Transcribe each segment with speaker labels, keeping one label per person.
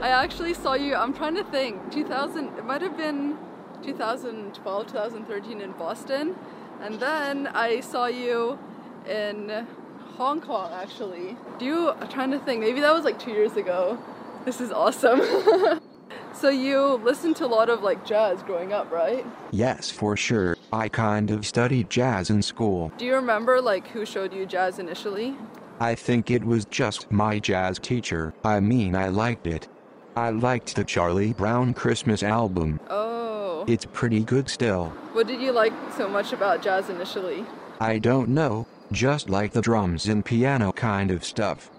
Speaker 1: I actually saw you, I'm trying to think, 2000, it might have been 2012, 2013 in Boston. And then I saw you in Hong Kong actually. Do you, I'm trying to think, maybe that was like two years ago. This is awesome. so you listened to a lot of like jazz growing up, right?
Speaker 2: Yes, for sure. I kind of studied jazz in school.
Speaker 1: Do you remember like who showed you jazz initially?
Speaker 2: I think it was just my jazz teacher. I mean, I liked it. I liked the Charlie Brown Christmas album.
Speaker 1: Oh.
Speaker 2: It's pretty good still.
Speaker 1: What did you like so much about jazz initially?
Speaker 2: I don't know, just like the drums and piano kind of stuff,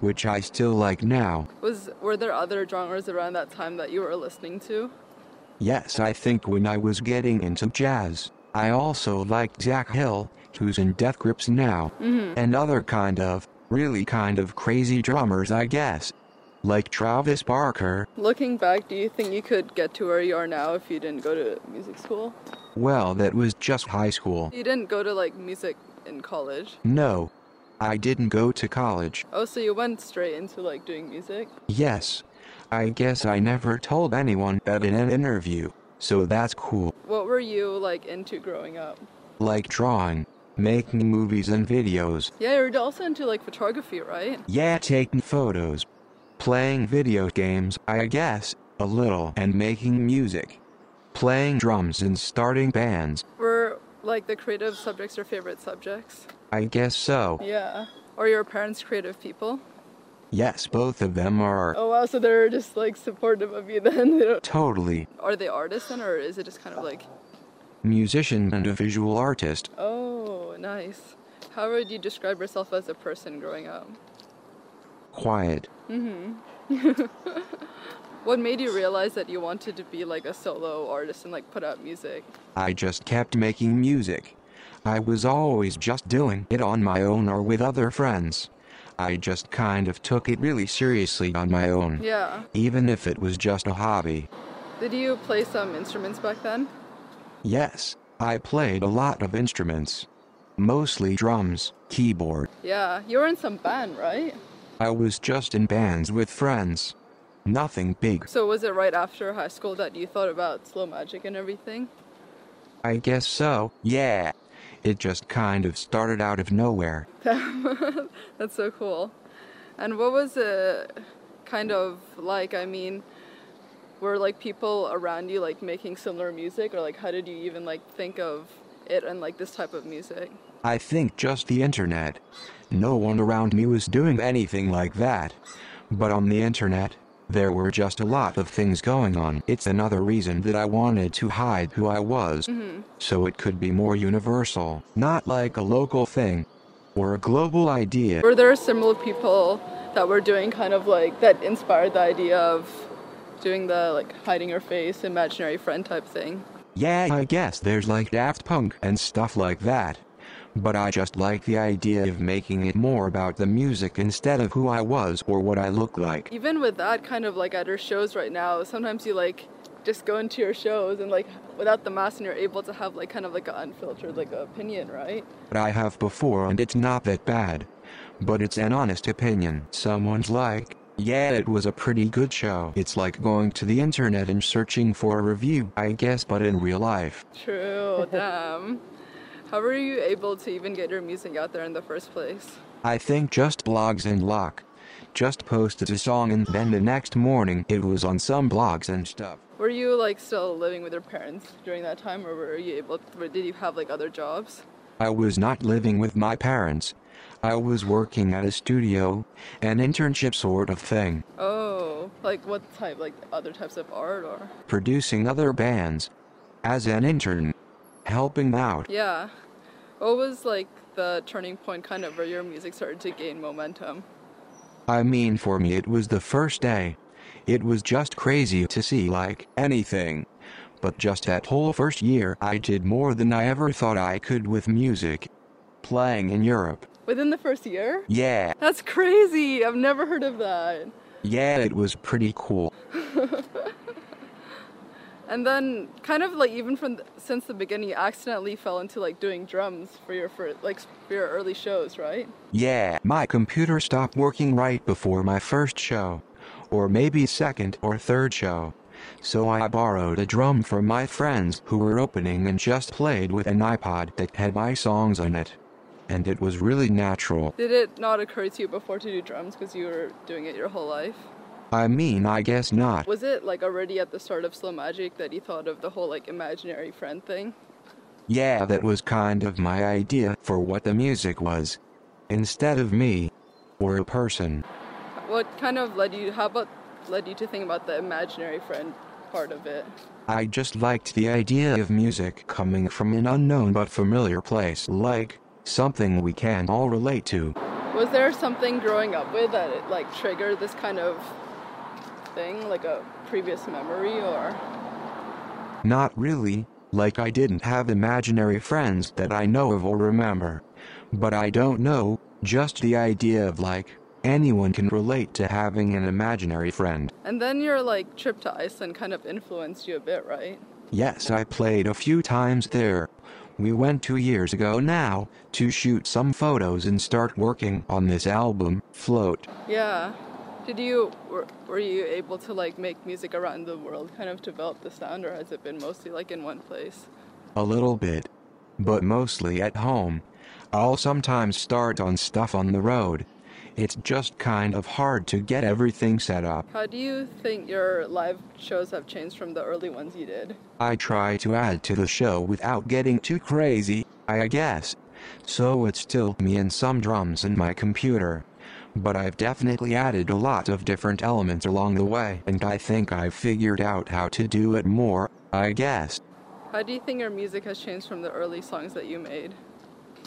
Speaker 2: which I still like now.
Speaker 1: Was were there other genres around that time that you were listening to?
Speaker 2: Yes, I think when I was getting into jazz, I also liked Zach Hill, who's in Death Grips now, and other kind of, really kind of crazy drummers, I guess. Like Travis Barker.
Speaker 1: Looking back, do you think you could get to where you are now if you didn't go to music school?
Speaker 2: Well, that was just high school.
Speaker 1: You didn't go to like music in college.
Speaker 2: No. I didn't go to college.
Speaker 1: Oh, so you went straight into like doing music?
Speaker 2: Yes. I guess I never told anyone that in an interview, so that's cool.
Speaker 1: What were you like into growing up?
Speaker 2: Like drawing, making movies and videos,
Speaker 1: Yeah, you were also into like photography, right?
Speaker 2: yeah, taking photos, playing video games, I guess, a little, and making music, playing drums and starting bands.
Speaker 1: Were like the creative subjects your favorite subjects?
Speaker 2: I guess so.
Speaker 1: Yeah. Or your parents creative people?
Speaker 2: Yes, both of them are.
Speaker 1: Oh wow, so they're just like supportive of you then. They don't...
Speaker 2: Totally.
Speaker 1: Are they artists then, or is it just kind of like,
Speaker 2: Musician and a visual artist.
Speaker 1: oh, nice? How would you describe yourself as a person growing up?
Speaker 2: Quiet.
Speaker 1: What made you realize that you wanted to be like a solo artist and like put out music?
Speaker 2: I just kept making music. I was always just doing it on my own or with other friends. I just kind of took it really seriously on my own,
Speaker 1: Yeah.
Speaker 2: even if it was just a hobby.
Speaker 1: Did you play some instruments back then?
Speaker 2: Yes, I played a lot of instruments. Mostly drums, keyboard.
Speaker 1: Yeah, you were in some band, right?
Speaker 2: I was just in bands with friends. Nothing big.
Speaker 1: So was it right after high school that you thought about slow magic and everything?
Speaker 2: I guess so, yeah. It just kind of started out of nowhere.
Speaker 1: That's so cool. And what was it kind of like? I mean, were like people around you like making similar music or like how did you even like think of it and like this type of music?
Speaker 2: I think just the internet. No one around me was doing anything like that. But on the internet, there were just a lot of things going on. It's another reason that I wanted to hide who I was. So it could be more universal, not like a local thing or a global idea.
Speaker 1: Were there similar people that were doing kind of like that inspired the idea of doing the like hiding your face, imaginary friend type thing?
Speaker 2: Yeah, I guess there's like Daft Punk and stuff like that. But I just like the idea of making it more about the music instead of who I was or what I look like.
Speaker 1: Even with that kind of like at our shows right now, sometimes you like just go into your shows and like without the mask and you're able to have like kind of like an unfiltered like opinion, right?
Speaker 2: But I have before and it's not that bad. But it's an honest opinion. Someone's like, yeah, it was a pretty good show. It's like going to the internet and searching for a review, I guess, but in real life.
Speaker 1: True, damn. How were you able to even get your music out there in the first place?
Speaker 2: I think just blogs and luck. Just posted a song and then the next morning it was on some blogs and stuff.
Speaker 1: Were you like still living with your parents during that time or were you able or did you have like other jobs?
Speaker 2: I was not living with my parents. I was working at a studio, an internship sort of thing,
Speaker 1: Oh, like what type? Like other types of art or?
Speaker 2: producing other bands. As an intern, helping out.
Speaker 1: Yeah. What was like the turning point kind of where your music started to gain momentum?
Speaker 2: I mean, for me, it was the first day. It was just crazy to see like anything. But just that whole first year, I did more than I ever thought I could with music. Playing in Europe.
Speaker 1: Within the first year?
Speaker 2: Yeah,
Speaker 1: That's crazy. I've never heard of that.
Speaker 2: yeah, it was pretty cool.
Speaker 1: And then, kind of like even from th- since the beginning, you accidentally fell into like doing drums for your for like s- for your early shows, right?
Speaker 2: Yeah, my computer stopped working right before my first show. Or maybe second or third show. So I borrowed a drum from my friends who were opening and just played with an iPod that had my songs on it. And it was really natural.
Speaker 1: Did it not occur to you before to do drums because you were doing it your whole life?
Speaker 2: I mean, I guess not.
Speaker 1: Was it like already at the start of Slow Magic that you thought of the whole like imaginary friend thing?
Speaker 2: Yeah, that was kind of my idea for what the music was. Instead of me. Or a person.
Speaker 1: What kind of led you? How about led you to think about the imaginary friend part of it?
Speaker 2: I just liked the idea of music coming from an unknown but familiar place, like something we can all relate to.
Speaker 1: Was there something growing up with that it like triggered this kind of thing, like a previous memory or?
Speaker 2: Not really, like I didn't have imaginary friends that I know of or remember. But I don't know, just the idea of like, anyone can relate to having an imaginary friend.
Speaker 1: And then your like trip to Iceland kind of influenced you a bit, right?
Speaker 2: Yes, I played a few times there. We went two years ago now to shoot some photos and start working on this album, Float.
Speaker 1: Yeah. Did you were, were you able to like make music around the world, kind of develop the sound, or has it been mostly like in one place?
Speaker 2: A little bit. But mostly at home. I'll sometimes start on stuff on the road. It's just kind of hard to get everything set up.
Speaker 1: How do you think your live shows have changed from the early ones you did?
Speaker 2: I try to add to the show without getting too crazy, I guess. So it's still me and some drums and my computer. But I've definitely added a lot of different elements along the way, and I think I've figured out how to do it more, I guess.
Speaker 1: How do you think your music has changed from the early songs that you made?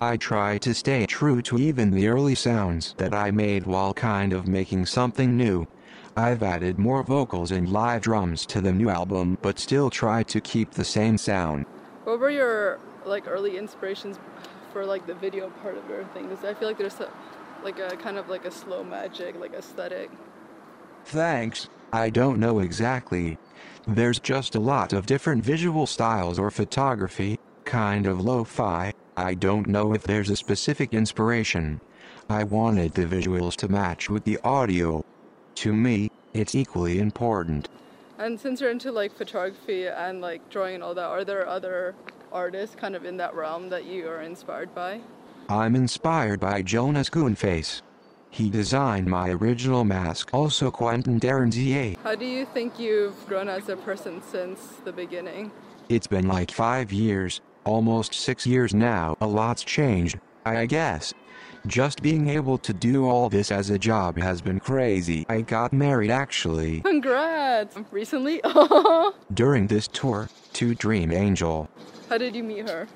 Speaker 2: I try to stay true to even the early sounds that I made while kind of making something new. I've added more vocals and live drums to the new album, but still try to keep the same sound.
Speaker 1: What were your like early inspirations for like the video part of your thing? Because I feel like there's a, like a kind of like a slow magic like aesthetic.
Speaker 2: Thanks, I don't know exactly. There's just a lot of different visual styles or photography, kind of lo fi. I don't know if there's a specific inspiration. I wanted the visuals to match with the audio. To me, it's equally important.
Speaker 1: And since you're into like photography and like drawing and all that, are there other artists kind of in that realm that you are inspired by?
Speaker 2: I'm inspired by Jonas Goonface. He designed my original mask, also Quentin Tarantino.
Speaker 1: How do you think you've grown as a person since the beginning?
Speaker 2: It's been like five years, almost six years now. A lot's changed, I guess. Just being able to do all this as a job has been crazy. I got married actually
Speaker 1: Congrats! Recently?
Speaker 2: during this tour to Dream Angel.
Speaker 1: How did you meet her?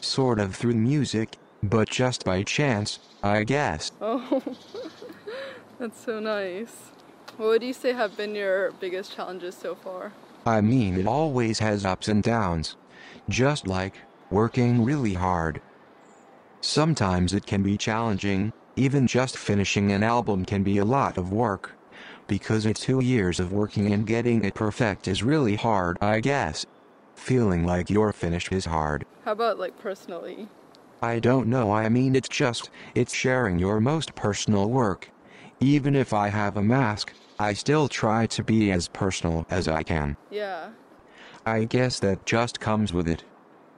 Speaker 2: Sort of through music, but just by chance, I guess.
Speaker 1: Oh, that's so nice. What would you say have been your biggest challenges so far?
Speaker 2: I mean, it always has ups and downs. Just like working really hard. Sometimes it can be challenging, even just finishing an album can be a lot of work. Because it's two years of working and getting it perfect is really hard, I guess. Feeling like you're finished is hard.
Speaker 1: How about like personally?
Speaker 2: I don't know, I mean, it's just, it's sharing your most personal work. Even if I have a mask, I still try to be as personal as I can.
Speaker 1: Yeah.
Speaker 2: I guess that just comes with it.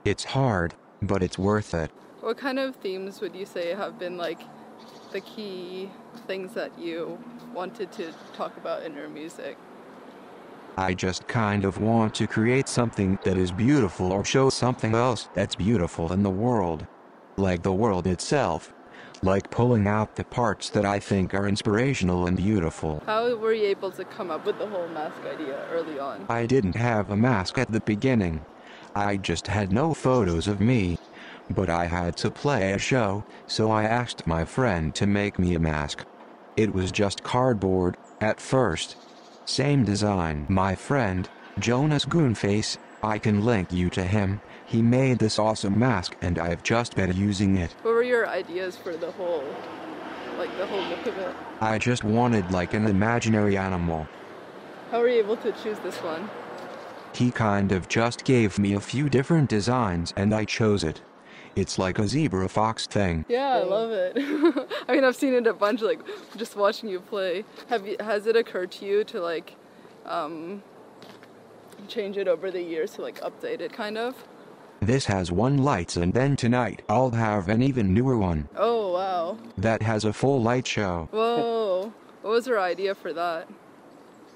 Speaker 2: It's hard, but it's worth it.
Speaker 1: What kind of themes would you say have been like the key things that you wanted to talk about in your music?
Speaker 2: I just kind of want to create something that is beautiful or show something else that's beautiful in the world. Like the world itself. Like pulling out the parts that I think are inspirational and beautiful.
Speaker 1: How were you able to come up with the whole mask idea early on?
Speaker 2: I didn't have a mask at the beginning. I just had no photos of me. But I had to play a show, so I asked my friend to make me a mask. It was just cardboard, at first. Same design. My friend, Jonas Goonface, I can link you to him. He made this awesome mask and I've just been using it.
Speaker 1: What were your ideas for the whole, like the whole look of it?
Speaker 2: I just wanted like an imaginary animal.
Speaker 1: How were you able to choose this one?
Speaker 2: He kind of just gave me a few different designs and I chose it. It's like a zebra fox thing.
Speaker 1: Yeah, I love it. I mean, I've seen it a bunch. Like just watching you play. Have you? Has it occurred to you to like, um, change it over the years to like update it, kind of?
Speaker 2: This has one lights and then tonight I'll have an even newer one
Speaker 1: Oh wow!
Speaker 2: that has a full light show.
Speaker 1: Whoa! What was your idea for that?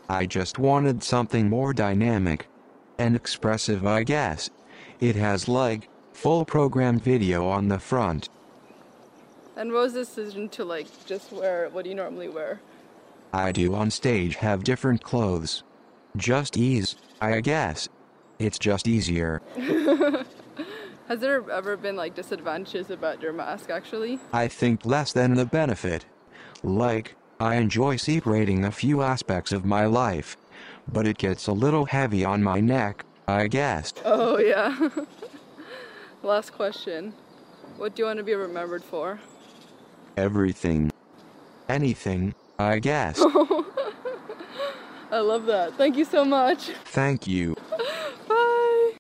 Speaker 2: I just wanted something more dynamic and expressive, I guess. It has like full program video on the front.
Speaker 1: And what was the decision to like just wear? What do you normally wear?
Speaker 2: I do on stage have different clothes. Just ease, I guess. It's just easier.
Speaker 1: Has there ever been like disadvantages about your mask actually?
Speaker 2: I think less than the benefit. Like, I enjoy separating a few aspects of my life, but it gets a little heavy on my neck, I guess.
Speaker 1: Oh yeah. Last question. What do you want to be remembered for?
Speaker 2: Everything. Anything, I guess.
Speaker 1: I love that. Thank you so much.
Speaker 2: Thank you.